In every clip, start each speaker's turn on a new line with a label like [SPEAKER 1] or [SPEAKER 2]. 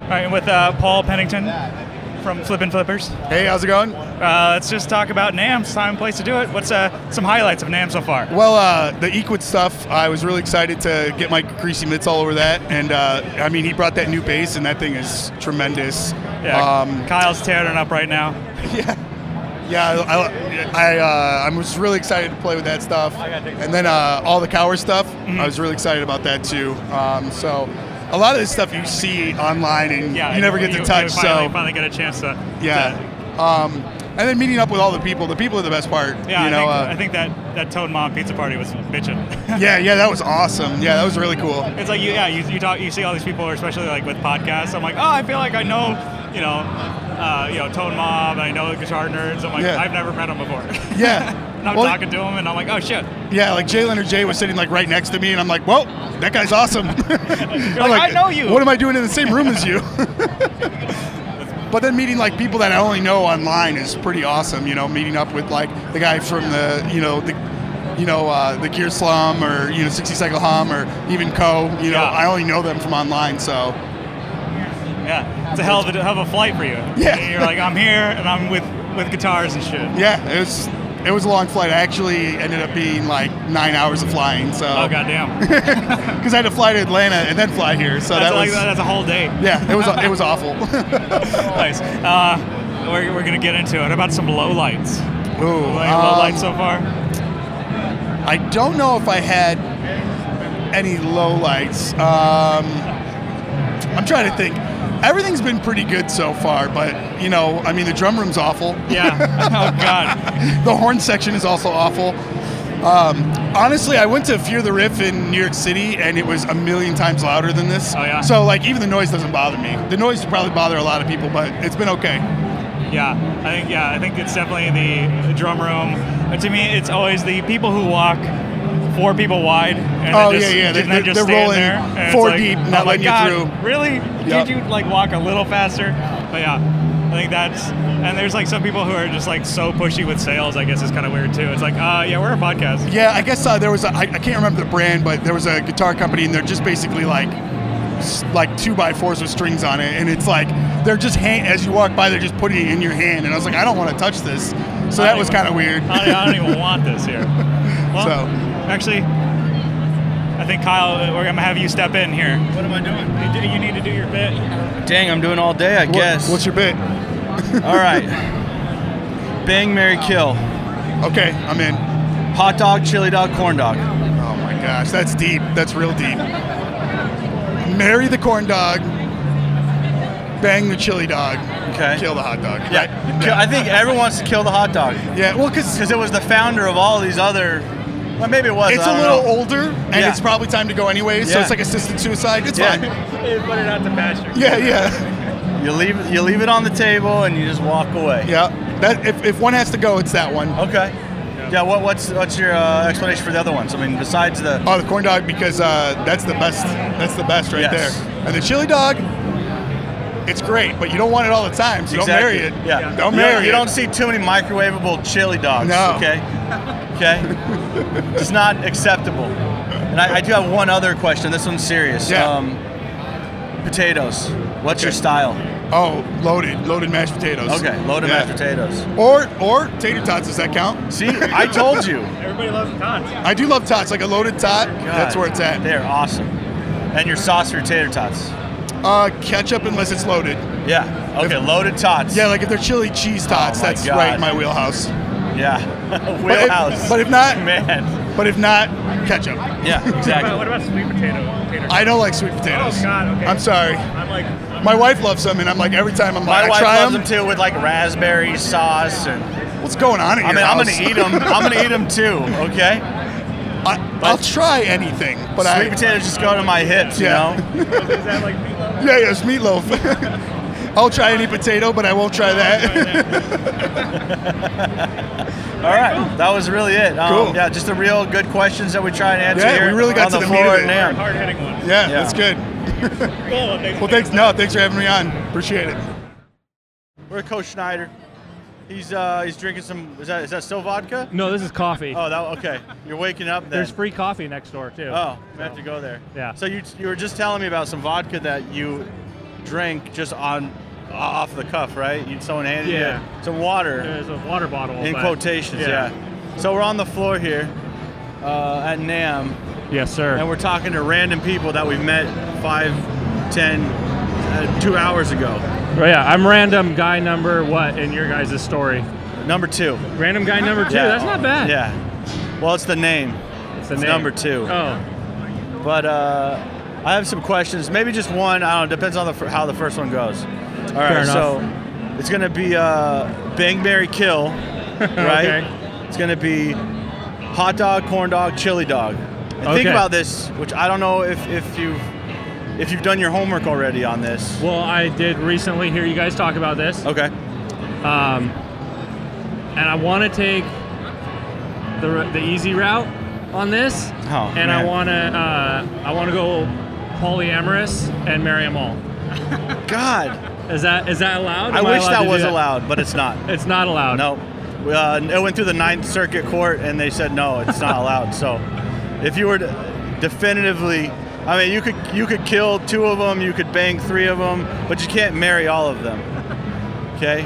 [SPEAKER 1] right, with uh, Paul Pennington from Flippin' Flippers.
[SPEAKER 2] Hey, how's it going?
[SPEAKER 1] Uh, let's just talk about NAMS, time, place to do it. What's uh, some highlights of NAM so far?
[SPEAKER 2] Well, uh, the Equid stuff, I was really excited to get my greasy mitts all over that. And uh, I mean, he brought that new bass, and that thing is tremendous.
[SPEAKER 1] Yeah,
[SPEAKER 2] Um,
[SPEAKER 1] Kyle's tearing it up right now.
[SPEAKER 2] yeah, I, I, uh, I was really excited to play with that stuff. And then uh, all the Cower stuff,
[SPEAKER 1] Mm-hmm.
[SPEAKER 2] I was really excited about that too. Um, so a lot of this stuff you see online and
[SPEAKER 1] Yeah,
[SPEAKER 2] you never get to touch.
[SPEAKER 1] You finally,
[SPEAKER 2] so
[SPEAKER 1] finally get a chance to.
[SPEAKER 2] yeah.
[SPEAKER 1] to-
[SPEAKER 2] Um, and then meeting up with all the people. The people are the best part.
[SPEAKER 1] yeah,
[SPEAKER 2] you know,
[SPEAKER 1] I,
[SPEAKER 2] uh,
[SPEAKER 1] think, I think that that Toad Mom pizza party was bitching.
[SPEAKER 2] yeah, yeah, that was awesome. Yeah, that was really cool.
[SPEAKER 1] it's like you, yeah, you, you talk, you see all these people, especially like with podcasts. I'm like, oh, I feel like I know, you know, uh, you know, Tone Mob, and I know the guitar nerds. I'm like,
[SPEAKER 2] Yeah.
[SPEAKER 1] I've never met them before.
[SPEAKER 2] Yeah.
[SPEAKER 1] and I'm
[SPEAKER 2] Well,
[SPEAKER 1] talking to them, and I'm like, oh shit.
[SPEAKER 2] Yeah, like Jalen or Jay was sitting like right next to me, and I'm like, "Whoa, that guy's awesome." I'm
[SPEAKER 1] like, "I know you."
[SPEAKER 2] What am I doing in the same room as you? but then meeting like people that I only know online is pretty awesome. You know, meeting up with like the guy from the you know the you know uh, the Gear Slum or you know 60 Cycle Hum or even Co. You know,
[SPEAKER 1] Yeah.
[SPEAKER 2] I only know them from online, so
[SPEAKER 1] Yeah, it's a hell of a, hell of a flight for you.
[SPEAKER 2] Yeah.
[SPEAKER 1] And you're like, I'm here, and I'm with with guitars and shit.
[SPEAKER 2] yeah, it was it was a long flight. I actually ended up being like nine hours of flying. So
[SPEAKER 1] Oh goddamn.
[SPEAKER 2] because I had to fly to Atlanta and then fly here, so
[SPEAKER 1] that's
[SPEAKER 2] that
[SPEAKER 1] like
[SPEAKER 2] was.
[SPEAKER 1] that's a whole day.
[SPEAKER 2] Yeah, it was it was awful.
[SPEAKER 1] nice. Uh, we're, we're gonna get into it. How about some low lights?
[SPEAKER 2] Ooh,
[SPEAKER 1] Like, low
[SPEAKER 2] um,
[SPEAKER 1] lights so far.
[SPEAKER 2] I don't know if I had any low lights. Um, I'm trying to think. Everything's been pretty good so far, but you know, I mean, the drum room's awful.
[SPEAKER 1] Yeah. oh god.
[SPEAKER 2] the horn section is also awful. Um, honestly, I went to Fear the Riff in New York City, and it was a million times louder than this.
[SPEAKER 1] Oh, yeah.
[SPEAKER 2] So like, even the noise doesn't bother me. The noise would probably bother a lot of people, but it's been okay.
[SPEAKER 1] Yeah. I think yeah. I think it's definitely the drum room. Uh, to me, it's always the people who walk. Four people wide. And
[SPEAKER 2] Oh,
[SPEAKER 1] then just,
[SPEAKER 2] yeah, yeah, they-
[SPEAKER 1] and then just
[SPEAKER 2] they're- they're
[SPEAKER 1] stand
[SPEAKER 2] rolling
[SPEAKER 1] there, and it's
[SPEAKER 2] four
[SPEAKER 1] like,
[SPEAKER 2] deep,
[SPEAKER 1] oh
[SPEAKER 2] not
[SPEAKER 1] my
[SPEAKER 2] letting you
[SPEAKER 1] God,
[SPEAKER 2] through.
[SPEAKER 1] Really?
[SPEAKER 2] Yep.
[SPEAKER 1] Can't you like walk a little faster? But yeah, I think that's. And there's like some people who are just like so pushy with sales. I guess is kind of weird too. It's like, uh, yeah, we're a podcast.
[SPEAKER 2] Yeah, I guess uh, there was a, I, I can't remember the brand, but there was a guitar company, and they're just basically like s- like two by fours with strings on it, and it's like they're just hand, as you walk by, they're just putting it in your hand, and I was like, I don't want to touch this, so that was kind of weird.
[SPEAKER 1] I, I don't even want this here. Well,
[SPEAKER 2] So-
[SPEAKER 1] actually, I think Kyle, we're gonna have you step in here.
[SPEAKER 3] What am I doing?
[SPEAKER 1] You do- You need to do your bit.
[SPEAKER 3] Dang, I'm doing all day, I
[SPEAKER 2] What-
[SPEAKER 3] guess.
[SPEAKER 2] What's your bit?
[SPEAKER 3] all right. Bang, Mary, kill.
[SPEAKER 2] Okay, I'm in.
[SPEAKER 3] Hot dog, chili dog, corn dog.
[SPEAKER 2] Oh my gosh, that's deep. That's real deep. Marry the corn dog. Bang the chili dog.
[SPEAKER 3] Okay.
[SPEAKER 2] Kill the hot dog.
[SPEAKER 3] Yeah.
[SPEAKER 2] Right?
[SPEAKER 3] Kill- I think everyone wants to kill the hot dog
[SPEAKER 2] Yeah. Well, because
[SPEAKER 3] because it was the founder of all these other. Well, maybe it was.
[SPEAKER 2] it's
[SPEAKER 3] I
[SPEAKER 2] a
[SPEAKER 3] don't
[SPEAKER 2] little
[SPEAKER 3] know.
[SPEAKER 2] older, and
[SPEAKER 3] Yeah.
[SPEAKER 2] it's probably time to go anyway. So
[SPEAKER 3] Yeah.
[SPEAKER 2] it's like assisted suicide. It's
[SPEAKER 3] Yeah.
[SPEAKER 2] fine.
[SPEAKER 1] Put it out to pasture.
[SPEAKER 2] Yeah, yeah,
[SPEAKER 3] You leave you leave it on the table and you just walk away.
[SPEAKER 2] yeah. That if, if one has to go, it's that one.
[SPEAKER 3] Okay. Yeah. What what's what's your uh, explanation for the other ones? I mean, besides the
[SPEAKER 2] Oh, the corn dog because uh, that's the best. That's the best right
[SPEAKER 3] Yes.
[SPEAKER 2] there. And the chili dog, it's great, but you don't want it all the time. So don't
[SPEAKER 3] Exactly.
[SPEAKER 2] marry it.
[SPEAKER 3] Yeah.
[SPEAKER 2] Don't
[SPEAKER 3] you
[SPEAKER 2] marry
[SPEAKER 3] Don't,
[SPEAKER 2] it.
[SPEAKER 3] you don't see too many microwavable chili dogs.
[SPEAKER 2] No.
[SPEAKER 3] Okay. Okay. it's not acceptable. And I, I do have one other question. This one's serious. Um,
[SPEAKER 2] Yeah.
[SPEAKER 3] potatoes. What's your
[SPEAKER 2] Okay.
[SPEAKER 3] style?
[SPEAKER 2] Oh, loaded, loaded mashed potatoes.
[SPEAKER 3] Okay. Loaded
[SPEAKER 2] Yeah.
[SPEAKER 3] mashed potatoes.
[SPEAKER 2] Or or tater tots. Does that count?
[SPEAKER 3] See, I told you.
[SPEAKER 1] Everybody loves the tots.
[SPEAKER 2] I do love tots, like a loaded tot. That's
[SPEAKER 3] God,
[SPEAKER 2] where it's at.
[SPEAKER 3] They're awesome. And your sauce for your tater tots.
[SPEAKER 2] Uh, ketchup unless it's loaded.
[SPEAKER 3] Yeah. Okay. Loaded tots.
[SPEAKER 2] Yeah, like if they're chili cheese tots,
[SPEAKER 3] Oh my
[SPEAKER 2] that's right in
[SPEAKER 3] God.
[SPEAKER 2] my wheelhouse.
[SPEAKER 3] Yeah.
[SPEAKER 2] But if-
[SPEAKER 3] Wheelhouse.
[SPEAKER 2] but if not-
[SPEAKER 3] man.
[SPEAKER 2] But if not, ketchup.
[SPEAKER 3] Yeah. Exactly.
[SPEAKER 1] What about sweet potato? Tater?
[SPEAKER 2] I don't like sweet potatoes.
[SPEAKER 1] Oh, God, okay.
[SPEAKER 2] I'm sorry.
[SPEAKER 1] I'm like, I'm
[SPEAKER 2] My wife loves them, and I'm like every time I'm
[SPEAKER 3] My
[SPEAKER 2] like, I
[SPEAKER 3] wife
[SPEAKER 2] try
[SPEAKER 3] loves
[SPEAKER 2] them.
[SPEAKER 3] them too, with like raspberry sauce and.
[SPEAKER 2] What's going on in
[SPEAKER 3] I
[SPEAKER 2] your
[SPEAKER 3] mean, I'm
[SPEAKER 2] house?
[SPEAKER 3] gonna eat them. I'm gonna eat them too. Okay.
[SPEAKER 2] I, I'll try anything, but I.
[SPEAKER 3] Sweet potatoes just go to my hips, you
[SPEAKER 2] Yeah.
[SPEAKER 3] know.
[SPEAKER 1] is that like meatloaf?
[SPEAKER 2] Yeah, yeah, it's meatloaf. I'll try any potato, but I won't try that.
[SPEAKER 3] All right, that was really it. Um,
[SPEAKER 2] Cool.
[SPEAKER 3] Yeah, just the real good questions that we try and answer
[SPEAKER 2] Yeah, we
[SPEAKER 3] here.
[SPEAKER 2] really got
[SPEAKER 3] on
[SPEAKER 2] to
[SPEAKER 3] the
[SPEAKER 2] the meat
[SPEAKER 3] floor
[SPEAKER 2] of
[SPEAKER 3] at
[SPEAKER 2] it.
[SPEAKER 3] NAMM.
[SPEAKER 1] Hard hitting one. Oh,
[SPEAKER 2] yeah,
[SPEAKER 3] Yeah.
[SPEAKER 2] that's good.
[SPEAKER 1] Cool. Thanks.
[SPEAKER 2] Well, thanks. No, thanks for having me on. Appreciate it.
[SPEAKER 3] We're with Coach Schneider. He's uh, he's drinking some. Is that is that still vodka?
[SPEAKER 4] No, this is coffee.
[SPEAKER 3] Oh, that okay. You're waking up then.
[SPEAKER 4] There's free coffee next door too.
[SPEAKER 3] oh, we have to go there.
[SPEAKER 4] Yeah.
[SPEAKER 3] So you you were just telling me about some vodka that you drink just on off the cuff, right? You someone handed
[SPEAKER 1] Yeah.
[SPEAKER 3] you some water
[SPEAKER 1] There's a water bottle.
[SPEAKER 3] in
[SPEAKER 1] but-
[SPEAKER 3] quotations, yeah. So we're on the floor here uh, at Nam,
[SPEAKER 1] Yes, sir.
[SPEAKER 3] and we're talking to random people that we met five, ten, uh, two hours ago.
[SPEAKER 1] Well, yeah, I'm random guy number what in your guys' story?
[SPEAKER 3] Number two.
[SPEAKER 1] Random guy number two.
[SPEAKER 3] Yeah.
[SPEAKER 1] That's not bad.
[SPEAKER 3] Yeah. Well, it's the name.
[SPEAKER 1] it's, the
[SPEAKER 3] it's
[SPEAKER 1] name.
[SPEAKER 3] number two.
[SPEAKER 1] Oh,
[SPEAKER 3] But uh, I have some questions. Maybe just one. I don't know. Depends on the fir- how the first one goes. All right.
[SPEAKER 1] enough.
[SPEAKER 3] So it's gonna be uh, bang, Mary kill, right?
[SPEAKER 1] Okay.
[SPEAKER 3] It's gonna be hot dog, corn dog, chili dog. And
[SPEAKER 1] Okay.
[SPEAKER 3] Think about this, which I don't know if, if you've if you've done your homework already on this.
[SPEAKER 1] well, I did recently hear you guys talk about this,
[SPEAKER 3] Okay.
[SPEAKER 1] um, and I want to take the r- the easy route on this,
[SPEAKER 3] Oh,
[SPEAKER 1] and I
[SPEAKER 3] man.
[SPEAKER 1] want to uh, I want to go polyamorous and marry them all.
[SPEAKER 3] God,
[SPEAKER 1] Is that is that allowed?
[SPEAKER 3] I
[SPEAKER 1] Am
[SPEAKER 3] wish
[SPEAKER 1] allowed to
[SPEAKER 3] that
[SPEAKER 1] do
[SPEAKER 3] was allowed, but it's not.
[SPEAKER 1] It's not allowed.
[SPEAKER 3] No. Uh, it went through the Ninth Circuit Court and they said no, it's not allowed. So if you were to definitively, I mean, you could you could kill two of them, you could bang three of them, but you can't marry all of them. Okay?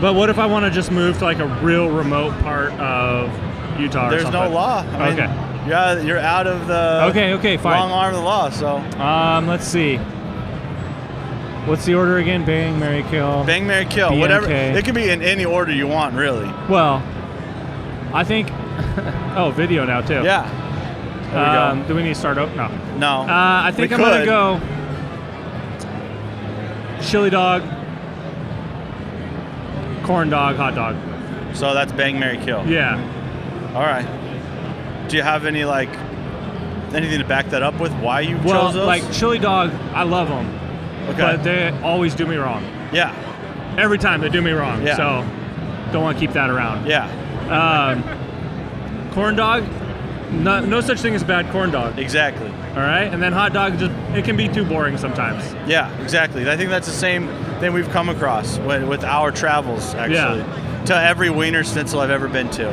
[SPEAKER 1] But what if I want to just move to like a real remote part of Utah? or
[SPEAKER 3] There's no
[SPEAKER 1] something?
[SPEAKER 3] law. I mean,
[SPEAKER 1] okay.
[SPEAKER 3] Yeah, you're out of the
[SPEAKER 1] Okay, okay, fine.
[SPEAKER 3] long arm of the law. So
[SPEAKER 1] Um, let's see. What's the order again? Bang, Mary Kill.
[SPEAKER 3] bang, marry, kill, whatever.
[SPEAKER 1] BMK.
[SPEAKER 3] It can be in any order you want, really.
[SPEAKER 1] Well, I think. oh, video now too.
[SPEAKER 3] Yeah. There we go.
[SPEAKER 1] Um, do we need to start up? No. Uh,
[SPEAKER 3] no.
[SPEAKER 1] I
[SPEAKER 3] We
[SPEAKER 1] think I'm gonna
[SPEAKER 3] could.
[SPEAKER 1] go. Chili dog. Corn dog, hot dog.
[SPEAKER 3] So that's bang, marry, kill.
[SPEAKER 1] Yeah.
[SPEAKER 3] All right. Do you have any like anything to back that up with? Why you
[SPEAKER 1] Well,
[SPEAKER 3] chose those?
[SPEAKER 1] like chili dog, I love them,
[SPEAKER 3] okay.
[SPEAKER 1] but they always do me wrong.
[SPEAKER 3] yeah,
[SPEAKER 1] Every time they do me wrong.
[SPEAKER 3] Yeah.
[SPEAKER 1] So don't want to keep that around.
[SPEAKER 3] yeah,
[SPEAKER 1] Um, corn dog, no, no such thing as bad corn dog.
[SPEAKER 3] exactly.
[SPEAKER 1] All right, and then hot dog just it can be too boring sometimes.
[SPEAKER 3] Yeah, exactly. I think that's the same thing we've come across with, with our travels, actually, to every wiener schnitzel I've ever been to.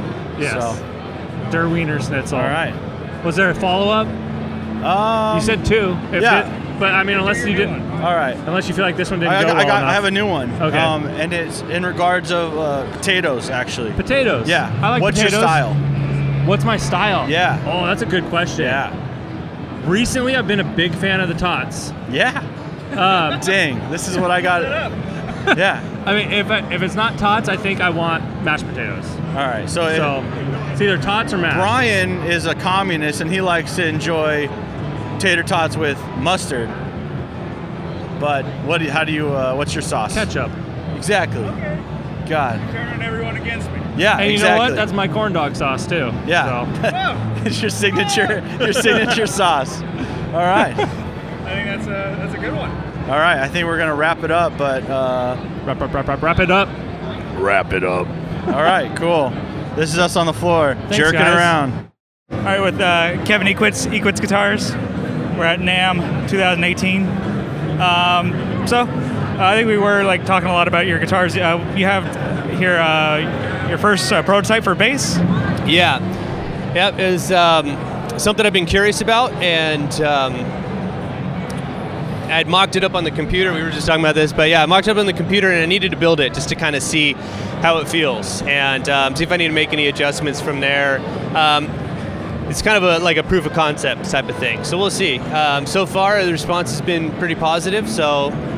[SPEAKER 1] Yes.
[SPEAKER 3] So,
[SPEAKER 1] Der Wiener Schnitzel.
[SPEAKER 3] all right.
[SPEAKER 1] Was there a follow up?
[SPEAKER 3] Um,
[SPEAKER 1] you said two. If
[SPEAKER 3] yeah.
[SPEAKER 1] it- but I mean, unless you didn't,
[SPEAKER 3] all right.
[SPEAKER 1] unless you feel like this one didn't
[SPEAKER 3] I, I,
[SPEAKER 1] go
[SPEAKER 3] got- I
[SPEAKER 1] well
[SPEAKER 3] got. I
[SPEAKER 1] enough.
[SPEAKER 3] have a new one.
[SPEAKER 1] Okay.
[SPEAKER 3] Um, and it's in regards of uh, potatoes, actually.
[SPEAKER 1] potatoes.
[SPEAKER 3] yeah.
[SPEAKER 1] I like
[SPEAKER 3] What's
[SPEAKER 1] potatoes.
[SPEAKER 3] your style?
[SPEAKER 1] What's my style?
[SPEAKER 3] Yeah.
[SPEAKER 1] Oh, that's a good question.
[SPEAKER 3] Yeah.
[SPEAKER 1] Recently, I've been a big fan of the tots.
[SPEAKER 3] Yeah.
[SPEAKER 1] Um,
[SPEAKER 3] Dang. This is what I got. yeah.
[SPEAKER 1] I mean, if I, if it's not tots, I think I want mashed potatoes.
[SPEAKER 3] All right. So, it-
[SPEAKER 1] So it's either tots or mashed.
[SPEAKER 3] Brian is a communist and he likes to enjoy tater tots with mustard. But what? Do you, how do you? Uh, what's your sauce?
[SPEAKER 1] ketchup.
[SPEAKER 3] Exactly. God.
[SPEAKER 5] Turning everyone against me.
[SPEAKER 3] Yeah.
[SPEAKER 1] And you know
[SPEAKER 3] exactly.
[SPEAKER 1] what? That's my corn dog sauce too.
[SPEAKER 3] Yeah.
[SPEAKER 1] So,
[SPEAKER 3] it's your signature. Your signature sauce. All right.
[SPEAKER 5] I think that's a that's a good one.
[SPEAKER 3] All right. I think we're gonna wrap it up. But uh,
[SPEAKER 1] wrap, wrap, wrap, wrap, wrap it up.
[SPEAKER 2] Wrap it up.
[SPEAKER 3] all right. Cool. This is us on the floor jerking
[SPEAKER 1] guys.
[SPEAKER 3] around.
[SPEAKER 5] All right, with uh, Kevin Equitz, Equitz Guitars. We're at NAM 2018. Um, so, uh, I think we were like talking a lot about your guitars. Uh, you have here uh, your first uh, prototype for bass.
[SPEAKER 6] Yeah. Yep, is um, something I've been curious about, and um, I had mocked it up on the computer. We were just talking about this, but yeah, I mocked it up on the computer, and I needed to build it just to kind of see how it feels and um, see if I need to make any adjustments from there. Um, it's kind of a, like a proof of concept type of thing, so we'll see. Um, so far, the response has been pretty positive, so uh,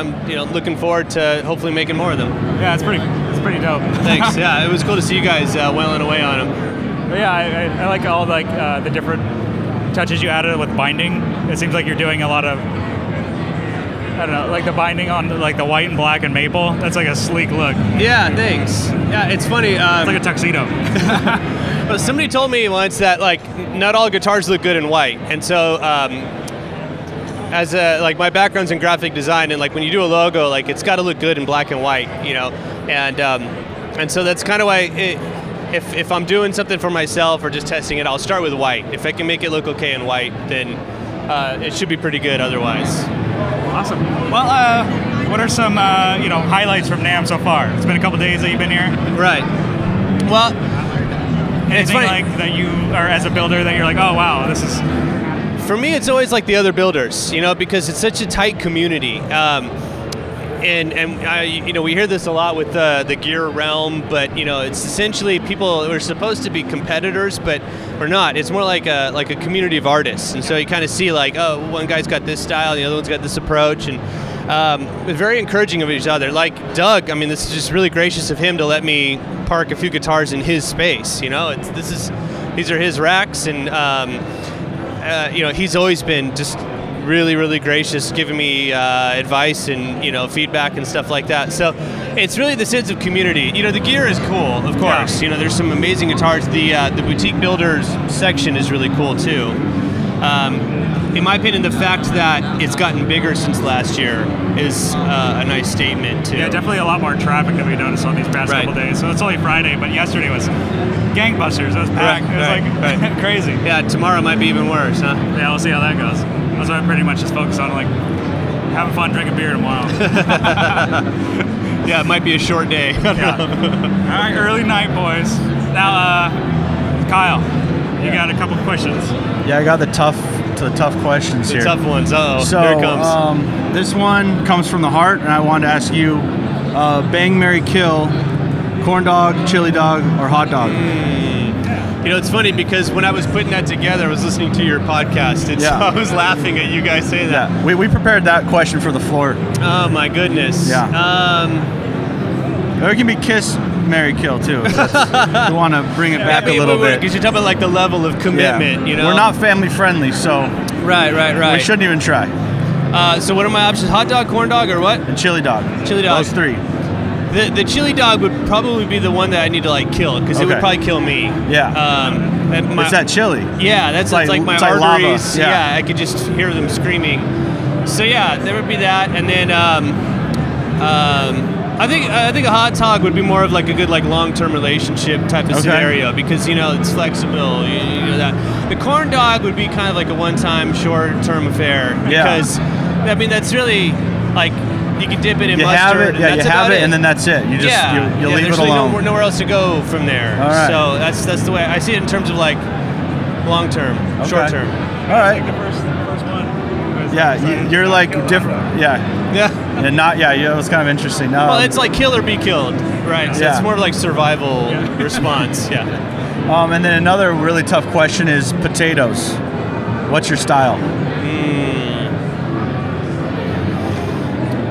[SPEAKER 6] I'm you know looking forward to hopefully making more of them.
[SPEAKER 5] Yeah, it's pretty it's pretty dope.
[SPEAKER 6] Thanks. yeah, it was cool to see you guys uh, wailing away on them.
[SPEAKER 5] But yeah, I, I, I like all like uh, the different touches you added with binding. It seems like you're doing a lot of I don't know, like the binding on like the white and black and maple. That's like a sleek look. It's
[SPEAKER 6] Yeah, thanks. Yeah, it's funny. Um,
[SPEAKER 5] like a tuxedo.
[SPEAKER 6] but somebody told me once that like n- not all guitars look good in white, and so um, as a like my background's in graphic design, and like when you do a logo, like it's got to look good in black and white, you know, and um, and so that's kind of why. It, if, if I'm doing something for myself or just testing it, I'll start with white. If I can make it look okay in white, then uh, it should be pretty good otherwise.
[SPEAKER 5] Awesome. Well, uh, what are some uh, you know highlights from Nam so far? It's been a couple days that you've been here.
[SPEAKER 6] Right. Well,
[SPEAKER 5] Anything
[SPEAKER 6] funny.
[SPEAKER 5] like that you are as a builder that you're like, oh wow, this is
[SPEAKER 6] For For me, it's always like the other builders, you know, because it's such a tight community. Um, and and I, you know we hear this a lot with uh, the the gear realm, but you know it's essentially people who are supposed to be competitors, but are not. It's more like a like a community of artists, and so you kind of see like oh one guy's got this style, the other one's got this approach, and um, they're very encouraging of each other. Like Doug, I mean this is just really gracious of him to let me park a few guitars in his space. You know, it's, this is these are his racks, and um, uh, you know he's always been just really really gracious giving me uh, advice and you know feedback and stuff like that so it's really the sense of community you know the gear is cool of course you know there's some amazing guitars the uh, the boutique builders section is really cool too um, in my opinion the fact that it's gotten bigger since last year is uh, a nice statement too
[SPEAKER 5] Yeah, definitely a lot more traffic than we noticed on these past
[SPEAKER 6] Right.
[SPEAKER 5] couple days. So it's only Friday, but yesterday was gangbusters. It was packed.
[SPEAKER 6] Right,
[SPEAKER 5] it was
[SPEAKER 6] right,
[SPEAKER 5] like crazy.
[SPEAKER 6] yeah tomorrow might be even worse huh
[SPEAKER 5] Yeah, we'll see how that goes. That's what I'm pretty much just focused on, like having fun, drinking beer tomorrow.
[SPEAKER 6] yeah it might be a short day
[SPEAKER 5] yeah. All right, early night, boys. Now, uh, Kyle, you got a couple questions.
[SPEAKER 3] Yeah, I got the tough to the tough questions
[SPEAKER 6] the
[SPEAKER 3] here.
[SPEAKER 6] tough ones oh
[SPEAKER 3] So
[SPEAKER 6] here it comes
[SPEAKER 3] Um, this one comes from the heart, and I wanted to ask you: uh, Bang, Mary, kill, corn dog, chili dog, or hot dog?
[SPEAKER 6] Mm, You know, it's funny because when I was putting that together, I was listening to your podcast, and
[SPEAKER 3] Yeah.
[SPEAKER 6] so I was laughing at you guys saying that.
[SPEAKER 3] Yeah, we, we prepared that question for the floor.
[SPEAKER 6] Oh my goodness.
[SPEAKER 3] Yeah.
[SPEAKER 6] Um,
[SPEAKER 3] Or it can be kiss, Mary, kill too. if that's- we want to bring it back a little bit.
[SPEAKER 6] because you're talking about like the level of
[SPEAKER 3] Yeah.
[SPEAKER 6] commitment. You know,
[SPEAKER 3] We're not family friendly, so
[SPEAKER 6] right, right, right.
[SPEAKER 3] we shouldn't even try.
[SPEAKER 6] Uh, so, what are my options? Hot dog, corn dog, or what?
[SPEAKER 3] And chili dog.
[SPEAKER 6] Chili dog.
[SPEAKER 3] Those three.
[SPEAKER 6] The the chili dog would probably be the one that I need to like kill because it would
[SPEAKER 3] Okay.
[SPEAKER 6] probably kill me.
[SPEAKER 3] Yeah.
[SPEAKER 6] Um, that my-
[SPEAKER 3] It's that chili.
[SPEAKER 6] Yeah, that's it's like,
[SPEAKER 3] It's like-
[SPEAKER 6] my
[SPEAKER 3] it's like lava.
[SPEAKER 6] arteries.
[SPEAKER 3] Yeah.
[SPEAKER 6] Yeah. I could just hear them screaming. So yeah, there would be that, and then um, um, I think I think a hot dog would be more of like a good like long term relationship type of
[SPEAKER 3] Okay.
[SPEAKER 6] scenario because you know it's flexible. You, you know that the corn dog would be kind of like a one time short term affair
[SPEAKER 3] Yeah.
[SPEAKER 6] because I mean that's really like you can dip it in
[SPEAKER 3] You have
[SPEAKER 6] mustard.
[SPEAKER 3] it,
[SPEAKER 6] and
[SPEAKER 3] yeah. You
[SPEAKER 6] that's
[SPEAKER 3] have
[SPEAKER 6] about
[SPEAKER 3] it, and then that's it. You just
[SPEAKER 6] yeah,
[SPEAKER 3] you, you
[SPEAKER 6] yeah,
[SPEAKER 3] leave
[SPEAKER 6] there's
[SPEAKER 3] it
[SPEAKER 6] really
[SPEAKER 3] alone.
[SPEAKER 6] no- nowhere else to go from there.
[SPEAKER 3] All right.
[SPEAKER 6] So that's that's the way I see it in terms of like long term,
[SPEAKER 3] Okay.
[SPEAKER 6] short term.
[SPEAKER 3] All right.
[SPEAKER 5] First, first one.
[SPEAKER 3] Yeah, you, you're like different. Yeah,
[SPEAKER 6] Yeah.
[SPEAKER 3] and not yeah. Yeah, it was kind of interesting. Um,
[SPEAKER 6] Well, it's like kill or be killed, right? So
[SPEAKER 3] Yeah.
[SPEAKER 6] it's more of like survival response. Yeah.
[SPEAKER 3] um, and then another really tough question is potatoes. What's your style?
[SPEAKER 6] Hmm.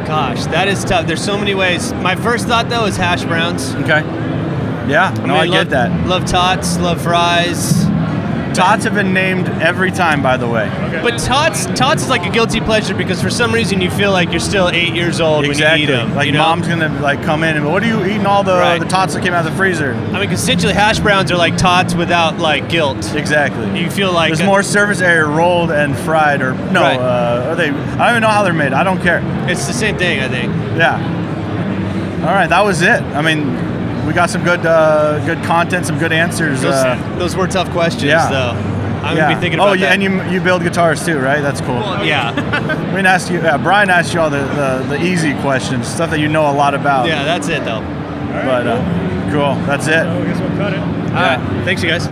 [SPEAKER 6] Gosh, that is tough. There's so many ways. My first thought though is hash browns.
[SPEAKER 3] Okay. Yeah, no, I,
[SPEAKER 6] mean,
[SPEAKER 3] get
[SPEAKER 6] love,
[SPEAKER 3] that.
[SPEAKER 6] Love tots, love fries.
[SPEAKER 3] Tots have been named every time, by the way.
[SPEAKER 6] But tots, tots is like a guilty pleasure because for some reason you feel like you're still eight years old
[SPEAKER 3] exactly.
[SPEAKER 6] when you eat them.
[SPEAKER 3] like
[SPEAKER 6] you know?
[SPEAKER 3] mom's gonna like come in and what are you eating? All the
[SPEAKER 6] Right.
[SPEAKER 3] the tots that came out of the freezer.
[SPEAKER 6] I mean, 'cause essentially hash browns are like tots without like guilt.
[SPEAKER 3] Exactly.
[SPEAKER 6] You feel like
[SPEAKER 3] There's more surface area rolled and fried, or no?
[SPEAKER 6] Right.
[SPEAKER 3] Uh, are they? I don't even know how they're made. I don't care.
[SPEAKER 6] It's the same thing, I think.
[SPEAKER 3] Yeah. All right, that was it. I mean, we got some good uh, good content, some good answers.
[SPEAKER 6] Those,
[SPEAKER 3] Uh,
[SPEAKER 6] those were tough questions,
[SPEAKER 3] yeah.
[SPEAKER 6] though. I'm
[SPEAKER 3] yeah.
[SPEAKER 6] gonna be thinking
[SPEAKER 3] oh,
[SPEAKER 6] about
[SPEAKER 3] yeah,
[SPEAKER 6] that.
[SPEAKER 3] and you you build guitars too, right? That's cool.
[SPEAKER 6] Well, yeah,
[SPEAKER 3] I mean, ask you. Yeah, Brian asked you all the, the, the easy questions, stuff that you know a lot about.
[SPEAKER 6] yeah. That's it, though.
[SPEAKER 3] But uh, cool. That's it.
[SPEAKER 5] I guess we'll cut it.
[SPEAKER 6] All right. Thanks, you guys.